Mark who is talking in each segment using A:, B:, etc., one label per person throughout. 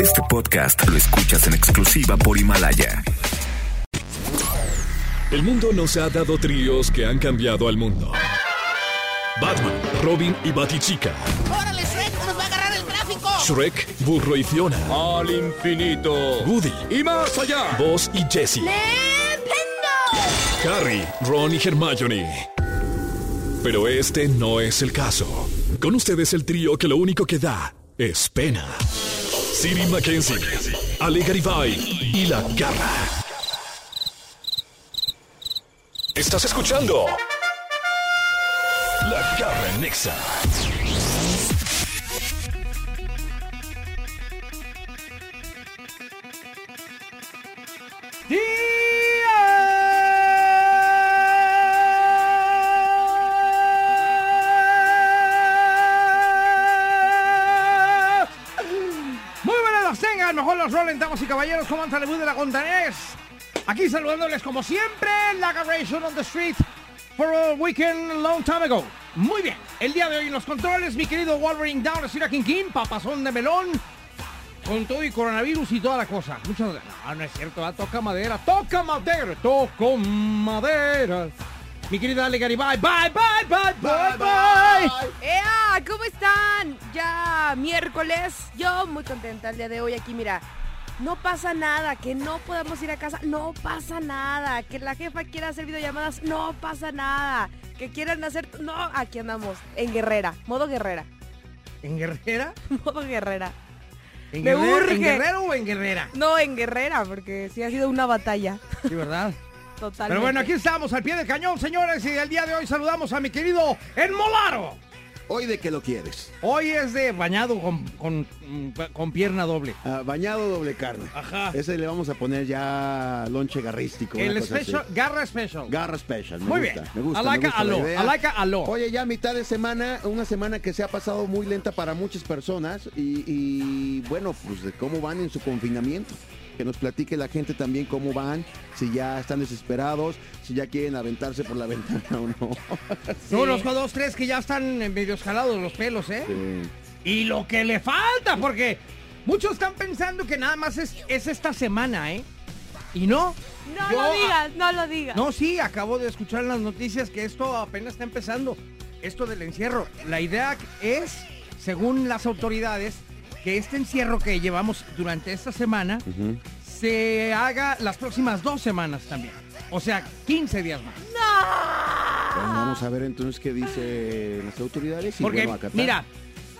A: Este podcast lo escuchas en exclusiva por Himalaya.
B: El mundo nos ha dado tríos que han cambiado al mundo. Batman, Robin y Batichica.
C: ¡Órale, Shrek! ¡Nos va a agarrar el tráfico!
B: Shrek, Burro y Fiona.
D: Al infinito.
B: Woody,
D: Y más allá.
B: Buzz y Jessie. Harry, Ron y Hermione. Pero este no es el caso. Con ustedes el trío que lo único que da es pena. Siri Mackenzie, Ale Garibay y La Garra. Estás escuchando La Garra en Nexa.
E: Muy buenas las tengan, mejor los rolen, damas y caballeros, como el debut de la Contanés. Aquí saludándoles como siempre, la Garration on the Street for a weekend long time ago. Muy bien, el día de hoy en los controles, mi querido Wolverine Down, Sira King King, papazón de melón, con todo y coronavirus y toda la cosa. Muchas gracias. No, no es cierto, ah, toca madera, toca madera, toco madera. Mi querida Ale Garibay, bye, bye, bye, bye, bye.
F: ¡Ea! ¿Cómo están? Ya miércoles. Yo muy contenta el día de hoy aquí, mira. No pasa nada, que no podamos ir a casa, no pasa nada. Que la jefa quiera hacer videollamadas, no pasa nada. Que quieran hacer... No, aquí andamos, en guerrera, modo guerrera,
E: ¿En Guerrera?
F: modo guerrera.
E: ¿En
F: Me
E: Guerrera, ¿En
F: urge.
E: Guerrero o en Guerrera?
F: No, en guerrera, porque sí ha sido una batalla.
E: Sí, ¿verdad?
F: Totalmente.
E: Pero bueno, aquí estamos al pie del cañón, señores, y el día de hoy saludamos a mi querido Enmolaro.
G: Hoy de que lo quieres.
E: Hoy es de bañado con, con, mm, con pierna doble.
G: Ah, bañado doble carne.
E: Ajá.
G: Ese le vamos a poner ya lonche garrístico. una
E: El
G: cosa así.
E: special, garra special.
G: Garra special. Me
E: Muy
G: gusta,
E: bien.
G: Me gusta.
E: I like
G: me gusta
E: a
G: la
E: lo,
G: idea.
E: I like a lo.
G: Oye, ya mitad de semana, una semana que se ha pasado muy lenta para muchas personas y, y, bueno, pues de cómo van en su confinamiento. Que nos platique la gente también cómo van, si ya están desesperados, si ya quieren aventarse por la ventana o no.
E: No, los dos, tres que ya están eh, medio jalados los pelos, ¿eh?
G: Sí.
E: Y lo que le falta, porque muchos están pensando que nada más es, es esta semana, ¿eh? Y no.
F: No
E: Yo-
F: lo digas, no lo digas.
E: No, sí, acabo de escuchar en las noticias que esto apenas está empezando, esto del encierro. La idea es, según las autoridades, que este encierro que llevamos durante esta semana se haga las próximas dos semanas también. O sea, 15 días más.
G: Bueno, vamos a ver entonces qué dice las autoridades. Y
E: Porque,
G: bueno, acatar.
E: mira,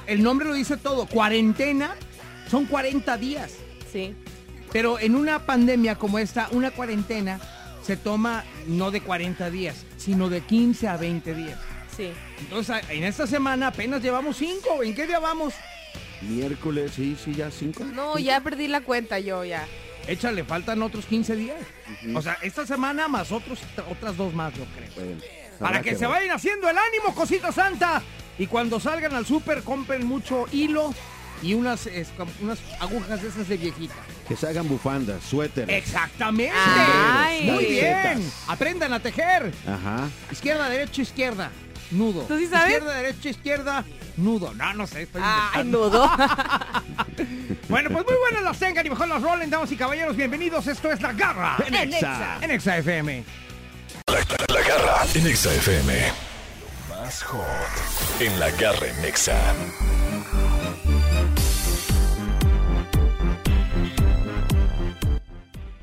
E: el nombre lo dice todo. Cuarentena son 40 días.
F: Sí.
E: Pero en una pandemia como esta, una cuarentena se toma no de 40 días, sino de 15 a 20 días.
F: Sí.
E: Entonces, en esta semana apenas llevamos cinco. ¿En qué día vamos?
G: Miércoles, sí, sí, ya cinco.
F: No, ya perdí la cuenta yo, ya.
E: Échale, faltan otros 15 días. O sea, esta semana más otros, otras dos más, yo creo.
G: Bueno,
E: Para
G: habrá
E: que, se
G: ver.
E: vayan haciendo el ánimo, cosita santa. Y cuando salgan al súper, compren mucho hilo y unas, es- como unas agujas de esas de viejita.
G: Que se hagan bufandas, suéteres.
E: Exactamente.
F: Ay.
E: Muy
G: Camisetas.
E: bien. Aprendan a tejer.
G: Ajá.
E: Izquierda, derecha, izquierda. Nudo.
F: ¿Tú sí sabes? Ah,
E: Izquierda, derecha, izquierda. Nudo. No, no sé. estoy
F: Ay,
E: inventando.
F: nudo.
E: Bueno, pues muy buenas las tengan y mejor las rolen, damas y caballeros. Bienvenidos, esto es La Garra.
G: En En Exa.
E: En Exa FM.
B: La Garra en Nexa FM. Más hot en La Garra en Nexa.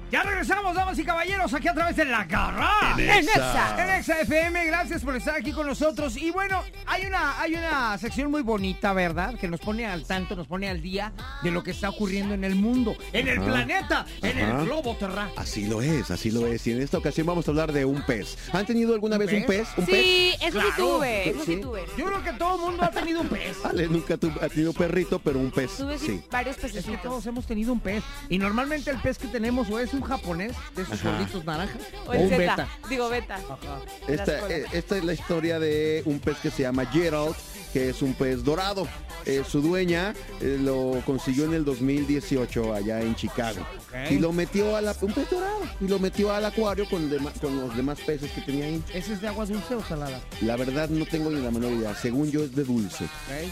E: Ya regresamos, damas y caballeros, aquí a través de La Garra. En
G: Exa.
E: En Exa FM, gracias por estar aquí con nosotros. Y bueno, hay una, hay una sección muy bonita, ¿verdad? Que nos pone al tanto, nos pone al día de lo que está ocurriendo en el mundo, en el
G: Ajá.
E: planeta, en
G: Ajá.
E: el globo terráqueo.
G: Así lo es, así lo es. Y en esta ocasión vamos a hablar de un pez. ¿Han tenido alguna vez un
E: pez?
G: pez? ¿Un pez?
F: Sí, eso sí
E: Claro.
F: tuve, eso sí
G: Sí.
F: tuve.
E: Yo creo que todo el mundo ha tenido un pez.
G: Ale, nunca tu- ha tenido perrito, pero un pez.
F: Tuve sí,
G: Sí.
F: varios
E: Es que
F: pececitos.
E: todos hemos tenido un pez. Y normalmente el pez que tenemos o es un japonés, de esos
G: Ajá.
E: gorditos naranjas, o,
F: O el
E: un
F: Zeta.
E: beta. Ah.
F: Digo beta. Las
G: Esta,
F: colas.
G: eh, esta es la historia de un pez que se llama Gerald, que es un pez dorado. Eh, su dueña eh, lo consiguió en el 2018 allá en Chicago.
E: Ok.
G: Y lo metió a la, un pez dorado. Y lo metió al acuario con, dema- con los demás peces que tenía ahí.
E: ¿Ese es de agua dulce o salada?
G: La verdad no tengo ni la menor idea. Según yo es de dulce.
E: ¿ok?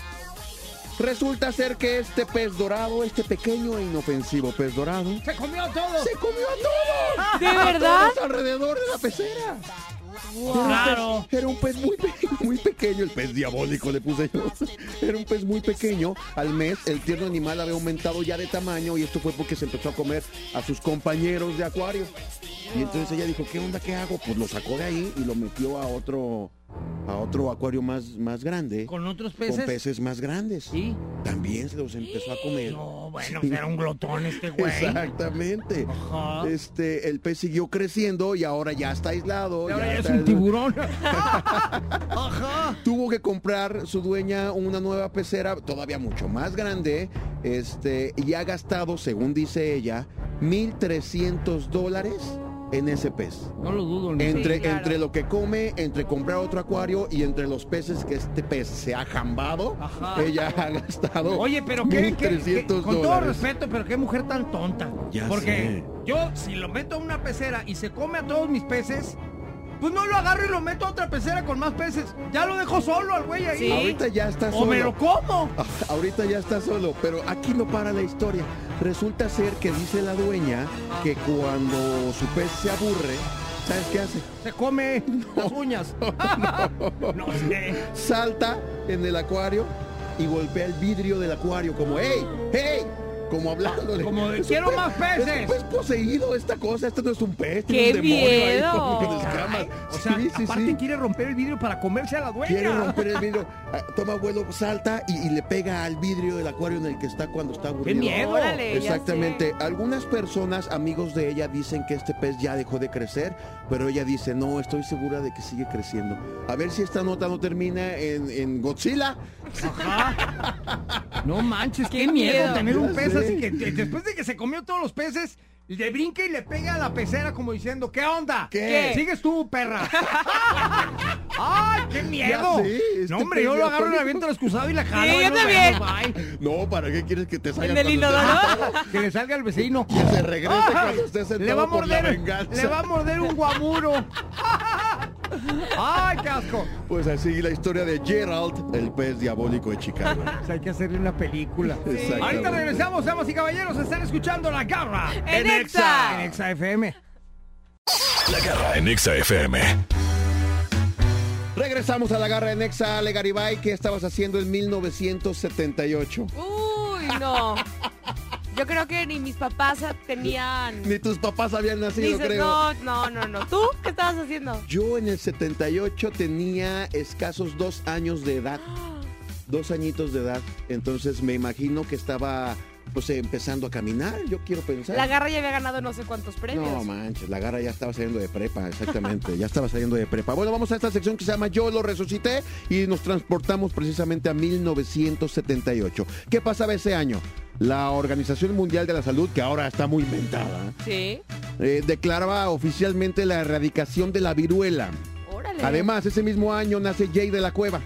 G: Resulta ser que este pez dorado, este pequeño e inofensivo pez dorado,
H: Se comió todo.
G: se comió a todos.
I: ¿De
G: A
I: verdad?
G: todos alrededor de la pecera.
E: Claro.
G: Era un pez muy, pe- muy pequeño, el pez diabólico le puse yo. Era un pez muy pequeño. Al mes el tierno animal había aumentado ya de tamaño y esto fue porque se empezó a comer a sus compañeros de acuario. Y entonces ella dijo, ¿qué onda? ¿Qué hago? Pues lo sacó de ahí y lo metió a otro, a otro acuario más, más grande.
E: Con otros
G: con
E: peces.
G: peces más grandes.
E: Sí.
G: También se los empezó a comer.
E: No, bueno, era un glotón este güey.
G: Exactamente.
E: Ajá.
G: Este, el pez siguió creciendo y ahora ya está aislado.
H: Y ahora
G: ya
H: ya es
G: está-
H: un tiburón.
E: Ajá.
G: Tuvo que comprar su dueña una nueva pecera, todavía mucho más grande, este, y ha gastado, según dice ella, 1.300 dólares en ese pez.
E: No lo dudo, Luis.
G: Entre,
I: claro.
G: entre lo que come, entre comprar otro acuario y entre los peces que este pez se ha jambado,
E: Ajá.
G: ella ha gastado
E: Oye, pero qué, qué- qué-
G: 1.300
E: con todo
G: dólares.
E: respeto, pero qué mujer tan tonta.
G: Ya
E: Porque
G: sé.
E: yo si lo meto a una pecera y se come a todos mis peces, pues no lo agarro y lo meto a otra pecera con más peces. Ya lo dejo solo al güey ahí.
I: Sí.
G: Ahorita ya está
E: O
G: solo.
E: me lo como.
G: Ah, Ahorita ya está solo, pero aquí no para la historia. Resulta ser que dice la dueña que cuando su pez se aburre, ¿sabes qué hace?
E: Se come las uñas. No, sé.
G: Salta en el acuario y golpea el vidrio del acuario como, ¡hey! ¡hey! Como hablándole.
E: Como de,
G: Es un
E: "Quiero más peces".
G: Es un pez poseído esta cosa, esto no es un pez.
I: ¡Qué
G: tiene un demonio ahí
I: miedo!
G: con- con escamas.
E: O sea,
G: Sí, sí,
E: aparte
G: sí.
E: quiere romper el vidrio para comerse a la dueña.
G: Quiere romper el vidrio, ah, toma vuelo, salta y, y le pega al vidrio del acuario en el que está cuando está aburrido.
E: miedo!
I: Eh, Órale, ya
G: Exactamente. Algunas personas, amigos de ella, dicen que este pez ya dejó de crecer, pero ella dice, no, estoy segura de que sigue creciendo. A ver si esta nota no termina en, en Godzilla.
E: No manches, qué,
I: Qué
E: miedo,
I: miedo.
E: tener un
G: Ya
E: pez
G: sé.
E: así que de- después de que se comió todos los peces, le brinca y le pega a la pecera como diciendo, ¿qué onda?
G: ¿Qué?
E: ¿Sigues tú, perra? ¡Ay, qué miedo!
G: sé, este
E: no, hombre, yo
G: pez
E: lo
G: ya
E: agarro y le
G: está-
E: aviento el excusado y la jalo.
I: Sí,
E: ahí
I: yo
E: nos
I: también.
E: vemos, bye.
G: No, ¿para qué quieres que te salga?
I: En el
G: cuando estés
I: inodoro.
G: sentado?
E: Que le salga al vecino.
G: Que se regrese
E: Ay,
G: cuando esté sentado
E: le va a
G: por la
E: morder,
G: venganza.
E: le va a morder un guamuro. ¡Ay, qué asco!
G: Pues así la historia de Gerald, el pez diabólico de Chicago.
E: O sea, hay que hacerle una película.
G: Exactamente.
E: Ahorita regresamos, damas y caballeros. Están escuchando La Garra
I: En
E: En
I: Exa.
E: Exa FM.
B: La garra en Exa FM.
G: Regresamos a la garra de Nexa, Ale Garibay. ¿Qué estabas haciendo en 1978?
I: Uy, no. Yo creo que ni mis papás tenían.
G: Ni tus papás habían nacido,
I: Dices,
G: creo.
I: no, no, no, no. ¿Tú qué estabas haciendo?
G: Yo en el 78 tenía escasos dos años de edad. Dos añitos de edad. Entonces me imagino que estaba pues eh, empezando a caminar, yo quiero pensar.
I: La garra ya había ganado no sé cuántos premios.
G: no manches, la garra ya estaba saliendo de prepa, exactamente, ya estaba saliendo de prepa. Bueno, vamos a esta sección que se llama Yo lo resucité y nos transportamos precisamente a 1978. ¿Qué pasaba ese año? La Organización Mundial de la Salud, que ahora está muy inventada,
I: sí.
G: eh, declaraba oficialmente la erradicación de la viruela.
I: Órale.
G: Además, ese mismo año nace Jay de la Cueva,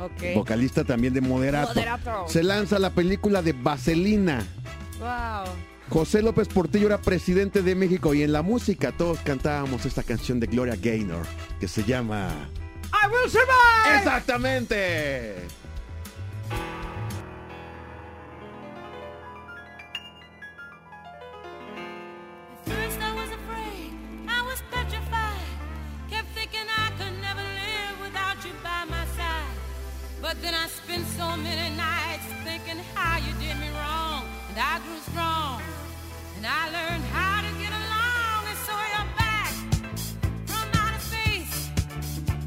I: Ok.
G: vocalista también de Moderato.
I: Moderato.
G: Se lanza la película de Vaselina.
I: Wow.
G: José López Portillo era presidente de México y en la música todos cantábamos esta canción de Gloria Gaynor que se llama
E: I will survive.
G: Exactamente.
F: First I was afraid, I was petrified. Kept thinking I could never live without you by my side. But then I spent so many nights thinking how you did me wrong. And I grew strong. And I learned how to get along. And so you're back from outer space.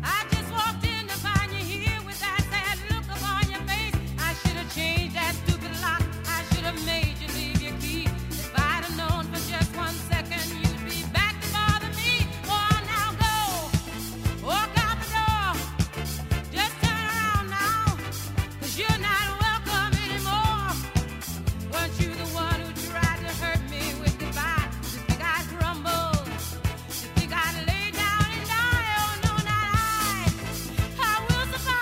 F: I just walked in to find you here with that sad look upon your face. I should have changed that stupid lock. I should have made you leave your key. If I'd have known for just one second you'd be back to bother me. Oh, now go. Walk out the door. Just turn around now. Cause you're not welcome anymore. Weren't you the one who tried to hurt me with goodbye? Oh, Oh, oh,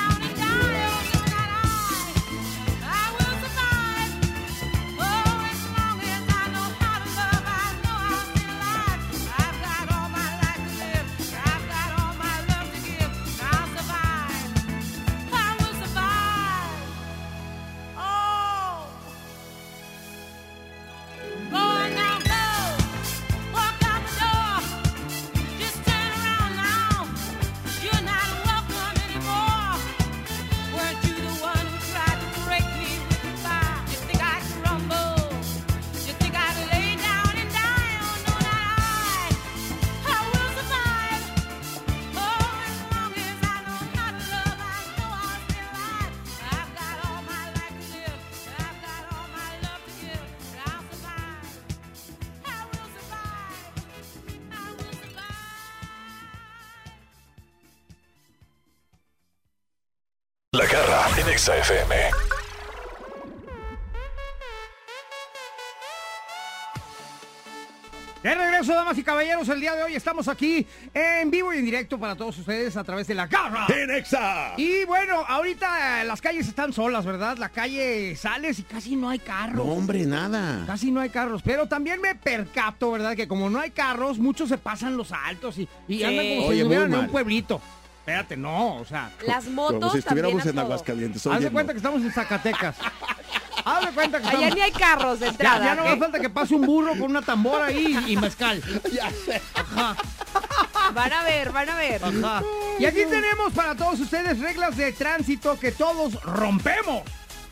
F: Oh, Oh, Oh.
B: Exa FM.
E: De regreso, damas y caballeros, el día de hoy estamos aquí en vivo y en directo para todos ustedes a través de la garra.
D: En Exa.
E: Y bueno, ahorita eh, las calles están solas, ¿verdad? La calle sales y casi no hay
G: No,
E: carros.
G: hombre, nada.
E: Casi no hay carros, pero también me percato, ¿verdad? Que como no hay carros, muchos se pasan los altos y, y andan como si
G: Oye, muy
E: estuvieran en un
G: mal.
E: pueblito. Espérate, no, o sea,
F: Las motos
G: Como si estuviéramos
F: también
G: en
F: a todo.
G: Aguascalientes.
E: haz
G: oye,
E: de
G: no.
E: cuenta que estamos en Zacatecas. haz de cuenta que
F: Allá
E: estamos...
F: ni hay carros de
E: Ya,
F: entrada.
E: ya no
F: ¿ok?
E: más falta que pase un burro con una tambora ahí y mezcal.
F: Van a ver, van a ver.
E: Ajá. Y aquí tenemos para todos ustedes reglas de tránsito que todos rompemos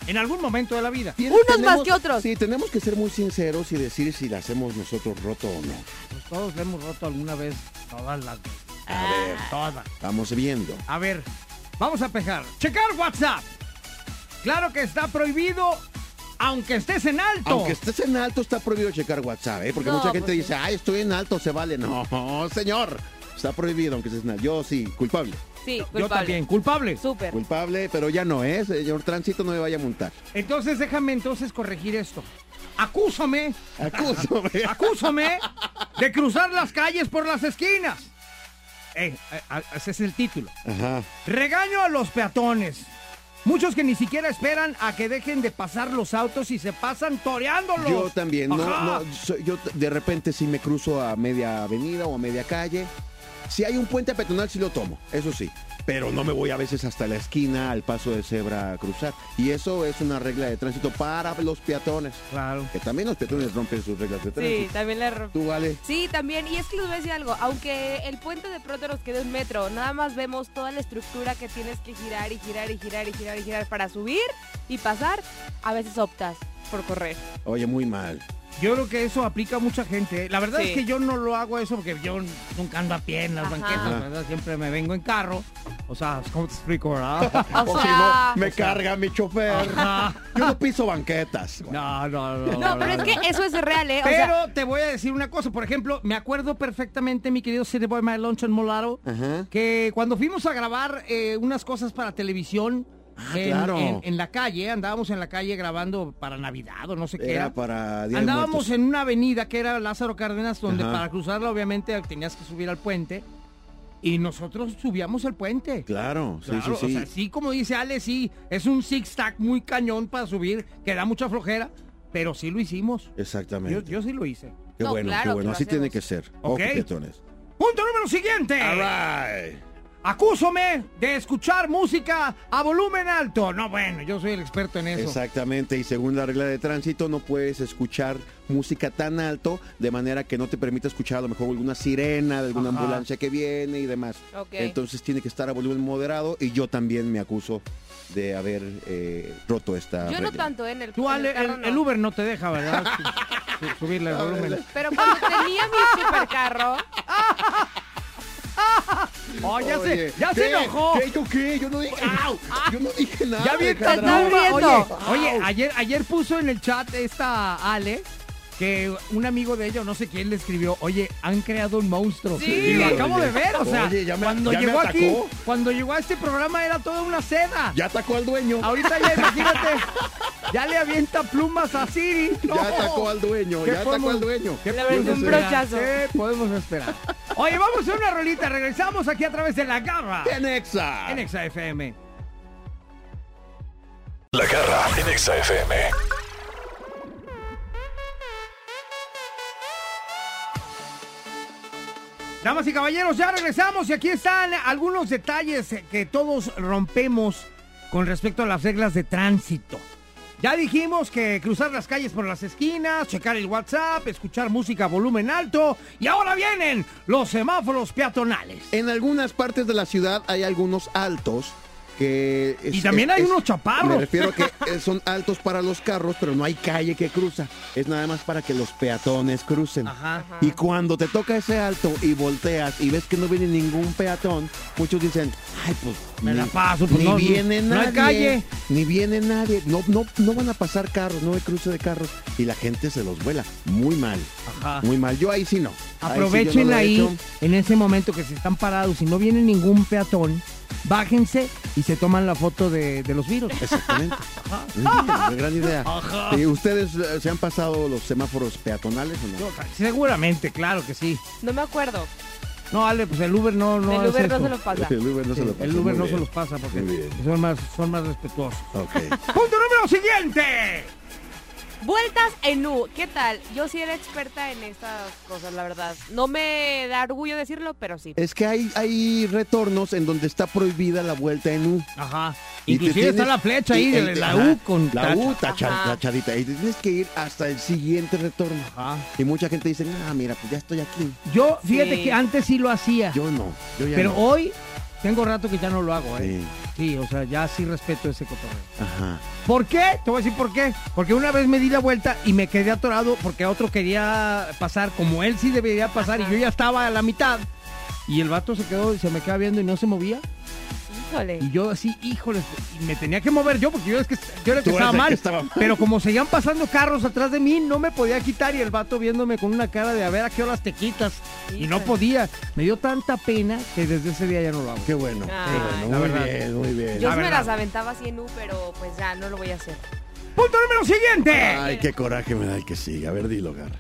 E: en algún momento de la vida.
G: Tien-
F: Unos más que otros.
G: Sí, tenemos que ser muy sinceros y decir si la hacemos nosotros roto o no.
E: Pues todos le hemos roto alguna vez todas las veces. Ah.
G: A ver,
E: Todas.
G: vamos viendo.
E: A ver, vamos a pejar. Checar WhatsApp. Claro que está prohibido, aunque estés en alto.
G: Aunque estés en alto, está prohibido checar WhatsApp, ¿eh? Porque
F: No,
G: mucha gente
F: pues sí.
G: dice, ay, estoy en alto, se vale. No, señor. Está prohibido, aunque estés en alto. Yo sí, culpable.
F: Sí, culpable.
E: Yo también, culpable.
F: Súper.
G: Culpable, pero ya no, ¿eh? Señor Tránsito, no me vaya a montar.
E: Entonces déjame entonces corregir esto. Acúsame,
G: Acúsame.
E: acúsame de cruzar las calles por las esquinas. Eh, a- a- ese es el título.
G: Ajá.
E: Regaño a los peatones. Muchos que ni siquiera esperan a que dejen de pasar los autos y se pasan toreándolos.
G: Yo también, no,
E: Ajá.
G: no, soy- yo t- de repente si me cruzo a media avenida o a media calle. Si hay un puente peatonal, sí lo tomo, eso sí. Pero no me voy a veces hasta la esquina al paso de cebra a cruzar. Y eso es una regla de tránsito para los peatones.
E: Claro.
G: Que también los peatones rompen sus reglas de tránsito.
F: Sí, también la rompí.
G: Tú, vale.
F: Sí, también. Y es que les voy a decir algo. Aunque el puente de pronto nos quede un metro, nada más vemos toda la estructura que tienes que girar y girar y girar y girar y girar para subir y pasar. A veces optas por correr.
G: Oye, muy mal.
E: Yo creo que eso aplica a mucha gente. ¿eh? La verdad
F: Sí.
E: es que yo no lo hago eso porque yo nunca ando a pie en las
F: Ajá.
E: banquetas, ¿verdad? Siempre me vengo en carro. O sea, ¿cómo te explico, verdad?
G: Ah,
F: O sea.
G: me carga mi chofer. Yo no piso banquetas.
E: No, no, no.
F: No, pero es que eso es real, ¿eh? O sea,
E: Pero te voy a decir una cosa, por ejemplo, me acuerdo perfectamente, mi querido City Boy My Lunch en Molaro,
G: Ajá.
E: que cuando fuimos a grabar eh, unas cosas para televisión en,
G: Ah, claro.
E: en- en la calle, andábamos en la calle grabando para Navidad o no sé qué
G: Era
E: era.
G: para Día de
E: Andábamos
G: Muertos.
E: en una avenida que era Lázaro Cárdenas, donde
G: Ajá.
E: para cruzarla obviamente tenías que subir al puente. Y nosotros subíamos el puente.
G: Claro, sí,
E: Claro,
G: sí,
E: o
G: sí.
E: sea, sí, como dice Ale, sí, es un zig-zag muy cañón para subir, que da mucha flojera, pero sí lo hicimos. Yo,
G: Exactamente.
E: yo sí lo hice.
G: Qué
F: No,
G: bueno,
F: claro
G: qué
F: que
G: bueno.
F: lo
G: Así tiene
F: hacemos.
G: que ser.
E: Ok.
G: Ojo, peatones.
E: Punto número siguiente. Acúsome de escuchar música a volumen alto. No, bueno, yo soy el experto en eso.
G: Exactamente, y según la regla de tránsito no puedes escuchar música tan alto de manera que no te permita escuchar a lo mejor alguna sirena de alguna
E: Ajá.
G: ambulancia que viene y demás.
F: Ok.
G: Entonces tiene que estar a volumen moderado y yo también me acuso de haber eh, roto esta
F: yo no
G: regla.
F: tanto ¿eh? en el,
E: Tú,
F: en
E: Ale,
F: el carro
E: el,
F: no.
E: el Uber no te deja, ¿verdad? Su- su- subirle el volumen.
F: Pero cuando tenía mi supercarro,
E: Oh, ya
G: Oye,
E: se, ya
G: ¿qué?
E: se enojó. Ah.
G: ¿Qué? ¿Yo qué? Yo no dije, ¡Au! Yo no dije nada.
E: Ya bien
F: Te
G: Alejandra.
F: estás
E: trauma.
F: riendo.
E: Oye, oye, ayer, ayer puso en el chat esta Ale que un amigo de ella, o no sé quién, le escribió, oye, han creado un monstruo.
F: Sí.
E: Y lo acabo de ver, o sea,
G: Oye, ya me-
E: cuando
G: ya me
E: llegó aquí,
G: atacó.
E: cuando llegó a este programa era toda una seda.
G: Ya atacó al dueño.
E: Ahorita ya imagínate, ya le avienta plumas a Siri. No.
G: Ya atacó al dueño.
E: ¿Qué
G: Ya atacó
E: podemos-
G: al dueño.
E: ¿Qué
F: Le
E: podemos
F: aventó un
E: esperar?
F: brochazo.
E: ¿Qué podemos esperar? Oye, vamos a una rolita, regresamos aquí a través de la garra
G: En Exa.
E: en Exa FM.
B: La garra en Exa FM.
E: Damas y caballeros, ya regresamos y aquí están algunos detalles que todos rompemos con respecto a las reglas de tránsito. Ya dijimos que cruzar las calles por las esquinas, checar el WhatsApp, escuchar música a volumen alto y ahora vienen los semáforos peatonales.
G: En algunas partes de la ciudad hay algunos altos que... es-
E: Y también hay
G: es-
E: unos chaparros.
G: Me refiero a que eh, son altos para los carros, pero no hay calle que cruza. Es nada más para que los peatones crucen.
E: Ajá.
G: Y cuando te toca ese alto y volteas y ves que no viene ningún peatón, muchos dicen, ay, pues...
E: Me
G: ni-
E: la paso, pues,
G: ni
E: no-
G: viene
E: no
G: nadie.
E: hay calle.
G: Ni viene nadie. No, no, no van a pasar carros, no hay cruce de carros. Y la gente se los vuela. Muy mal.
E: Ajá.
G: Muy mal. Yo ahí sí no. Ahí sí
E: Aprovechen
G: yo no lo he
E: ahí,
G: hecho.
E: en ese momento que se están parados y no viene ningún peatón, bájense y se toman la foto de, de los virus.
G: Exactamente. Muy bien, gran idea. ¿Y ustedes eh, se han pasado los semáforos peatonales o no?
E: Yo, ca- Seguramente, claro que sí.
F: No me acuerdo.
E: No, Ale, pues el Uber no, no hace
F: el Uber no
E: eso.
F: se los pasa.
G: El Uber no
E: Sí,
G: se lo pasa.
E: el Uber
G: Muy
E: no se
G: bien.
E: los pasa
G: Muy
E: porque
G: bien.
E: son más, son más respetuosos.
G: Ok.
J: Punto número siguiente.
F: Vueltas en U, ¿qué tal? Yo sí era experta en estas cosas, la verdad. No me da orgullo decirlo, pero sí.
G: Es que hay, hay retornos en donde está prohibida la vuelta en U.
E: Ajá.
G: Y
E: Inclusive
G: te tienes-
E: está la flecha ahí,
G: y-
E: de
G: y-
E: la
G: ajá,
E: U con
G: la
E: tacha.
G: U tacha-
F: Ajá.
G: tachadita. Y te tienes que ir hasta el siguiente retorno.
E: Ajá.
G: Y mucha gente dice, ah, mira, pues ya estoy aquí.
E: Yo, fíjate
F: Sí.
E: que antes sí lo hacía,
G: Yo no. Yo ya
E: pero
G: no.
E: hoy tengo rato que ya no lo hago, ¿eh?
G: Sí.
E: Sí, o sea, ya sí respeto ese cotorreo.
G: Ajá.
E: ¿Por qué? Te voy a decir por qué. Porque una vez me di la vuelta y me quedé atorado porque otro quería pasar como él sí debería pasar y yo ya estaba a la mitad. Y el vato se quedó y se me queda viendo y no se movía.
F: Híjole.
E: Y yo así, híjole, y me tenía que mover yo porque yo, es que, yo era el que
G: Tú eres
E: estaba
G: el que
E: mal.
G: estaba mal.
E: Pero como seguían pasando carros atrás de mí, no me podía quitar y el vato viéndome con una cara de a ver a qué horas te quitas. Y no
F: Híjole.
E: podía. Me dio tanta pena que desde ese día ya no lo hago.
G: Qué bueno.
F: Ah,
G: qué bueno.
E: la
G: Muy
E: verdad.
G: bien, muy bien.
F: Yo
E: la
F: sí me
E: verdad.
F: las aventaba así en U, pero pues ya no lo voy a hacer.
J: Punto número siguiente.
G: Ay, qué coraje me da el que sigue. A ver, dilo, Gar.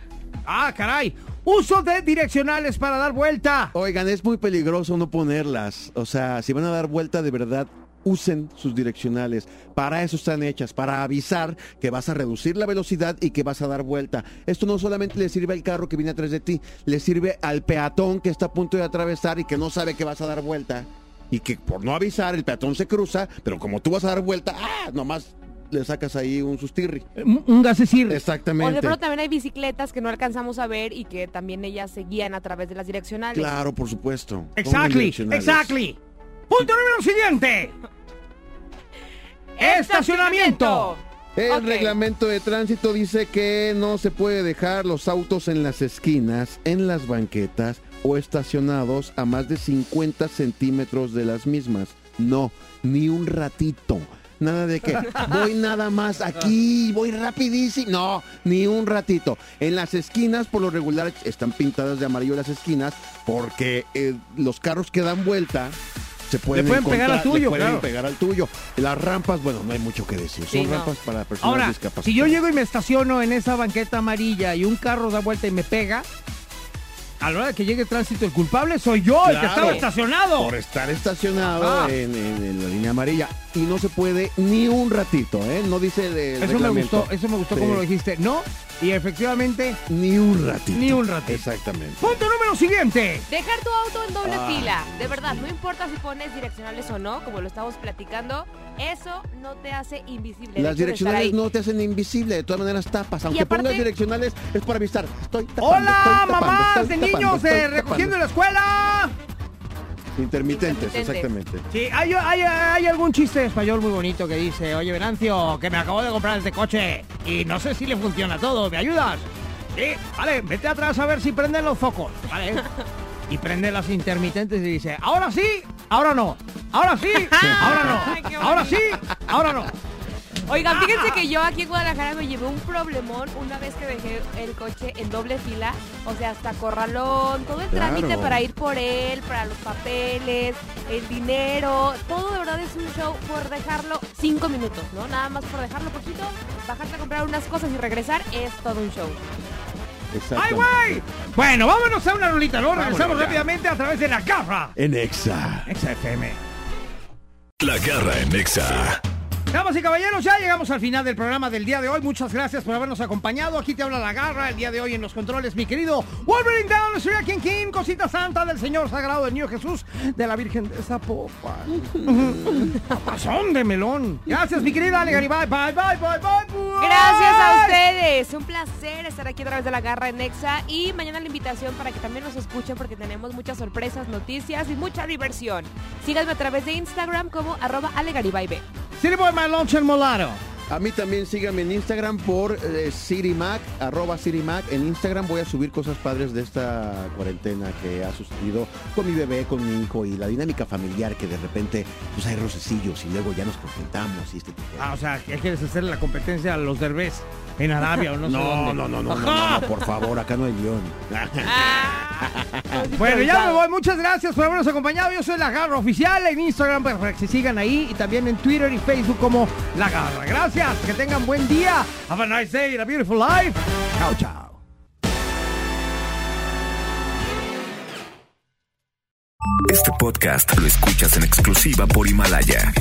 E: Ah, caray. Uso de direccionales para dar vuelta.
G: Oigan, es muy peligroso no ponerlas. O sea, si van a dar vuelta de verdad, usen sus direccionales. Para eso están hechas, para avisar que vas a reducir la velocidad y que vas a dar vuelta. Esto no solamente le sirve al carro que viene atrás de ti, le sirve al peatón que está a punto de atravesar y que no sabe que vas a dar vuelta. Y que por no avisar, el peatón se cruza, pero como tú vas a dar vuelta, ¡ah! Nomás le sacas ahí un sustirri.
E: Un, un gasecir.
F: O de
G: Exactamente.
F: pronto también hay bicicletas que no alcanzamos a ver y que también ellas se guían a través de las direccionales.
G: Claro, por supuesto. Pongan
J: Exactly,
G: direccionales.
J: exactly. Punto número siguiente. Estacionamiento.
G: El
F: Ok.
G: reglamento de tránsito dice que no se puede dejar los autos en las esquinas, en las banquetas o estacionados a más de 50 centímetros de las mismas. No, ni un ratito. Nada de que voy nada más aquí, voy rapidísimo. No, ni un ratito. En las esquinas, por lo regular, están pintadas de amarillo las esquinas porque eh, los carros que dan vuelta se pueden,
E: pueden pegar
G: encontrar,
E: al tuyo,
G: le pueden
E: claro.
G: pegar al tuyo. Las rampas, bueno, no hay mucho que decir.
F: Sí,
G: Son
F: no.
G: rampas para personas
E: Ahora,
G: discapacitadas.
E: si yo llego y me estaciono en esa banqueta amarilla y un carro da vuelta y me pega, a la hora que llegue el tránsito, el culpable soy yo, el que
G: Claro.
E: estaba estacionado.
G: Por estar estacionado
E: Ajá.
G: en, en- en la línea amarilla. Y no se puede ni un ratito, ¿eh? No dice el
E: Eso me
G: reglamento.
E: gustó, eso me gustó
G: Sí.
E: como lo dijiste. No, y efectivamente,
G: Ni un ratito.
E: Ni un ratito.
G: Exactamente.
J: Punto número siguiente.
F: Dejar tu auto en
G: Ah.
F: doble fila. De verdad, no importa si pones direccionales o no, como lo estamos platicando, eso no te hace invisible. el
G: Las
F: hecho de estar
G: direccionales
F: ahí.
G: no te hacen invisible, de todas maneras tapas. Aunque
F: aparte-
G: pongas direccionales, es para avisar. Estoy tapando,
E: hola
G: estoy tapando,
E: mamás
G: estoy
E: de
G: tapando,
E: niños
G: estoy
E: eh,
G: tapando".
E: recogiendo en la escuela.
G: Intermitentes,
F: Intermitentes.
G: exactamente.
E: Sí, hay, hay- hay algún chiste español muy bonito que dice, oye Venancio, que me acabo de comprar este coche y no sé si le funciona todo, ¿me ayudas? Sí, vale, vete atrás a ver si prenden los focos, ¿vale? Y prende las intermitentes y dice, ahora sí, ahora no, ahora sí, ahora
F: Ay, qué
E: no, ahora sí, ahora no.
F: Oigan, fíjense que yo aquí en Guadalajara me llevé un problemón una vez que dejé el coche en doble fila, o sea, hasta corralón, todo el
G: Claro.
F: trámite para ir por él, para los papeles, el dinero, todo de verdad es un show por dejarlo cinco minutos, ¿no? Nada más por dejarlo poquito, bajarte a comprar unas cosas y regresar es todo un show.
J: ¡Ay,
G: Exactamente.
J: güey! Bueno, vámonos a una rolita, ¿no? Regresamos
G: ya.
J: rápidamente a través de la garra.
G: En Exa.
J: XFM.
B: La garra en Nexa.
J: Damas y caballeros, ya llegamos al final del programa del día de hoy. Muchas gracias por habernos acompañado. Aquí te habla la garra el día de hoy en los controles, mi querido Wolverine Down, el señor King King, cosita santa del Señor Sagrado del Niño Jesús, de la Virgen de Zapopan. Pasón de melón. Gracias, mi querida Ale Garibay. Bye, bye, bye, bye, bye.
F: Gracias a ustedes. Un placer estar aquí a través de la garra en Nexa. Y mañana la invitación para que también nos escuchen porque tenemos muchas sorpresas, noticias y mucha diversión. Síganme a través de Instagram como arroba alegaribaibe.
E: Silly Boy, my lunch and molaro.
G: A mí también síganme en Instagram por eh, CityMac, arroba CityMac. En Instagram voy a subir cosas padres de esta cuarentena que ha sucedido con mi bebé, con mi hijo y la dinámica familiar que de repente pues hay rocecillos y luego ya nos contentamos y este tipo de
E: Ah, o sea, ¿qué quieres hacerle la competencia a los derbés en Arabia o no sé
G: No,
E: dónde?
G: no, no, no, no, no,
E: Ajá.
G: no, por favor, acá no hay guión.
E: Bueno, ya me voy. Muchas gracias por habernos acompañado. Yo soy La Garra Oficial en Instagram pues, para que se sigan ahí y también en Twitter y Facebook como La Garra. Gracias. Que tengan buen día. Have a nice day and a beautiful life. Chao, chao.
A: Este podcast lo escuchas en exclusiva por Himalaya.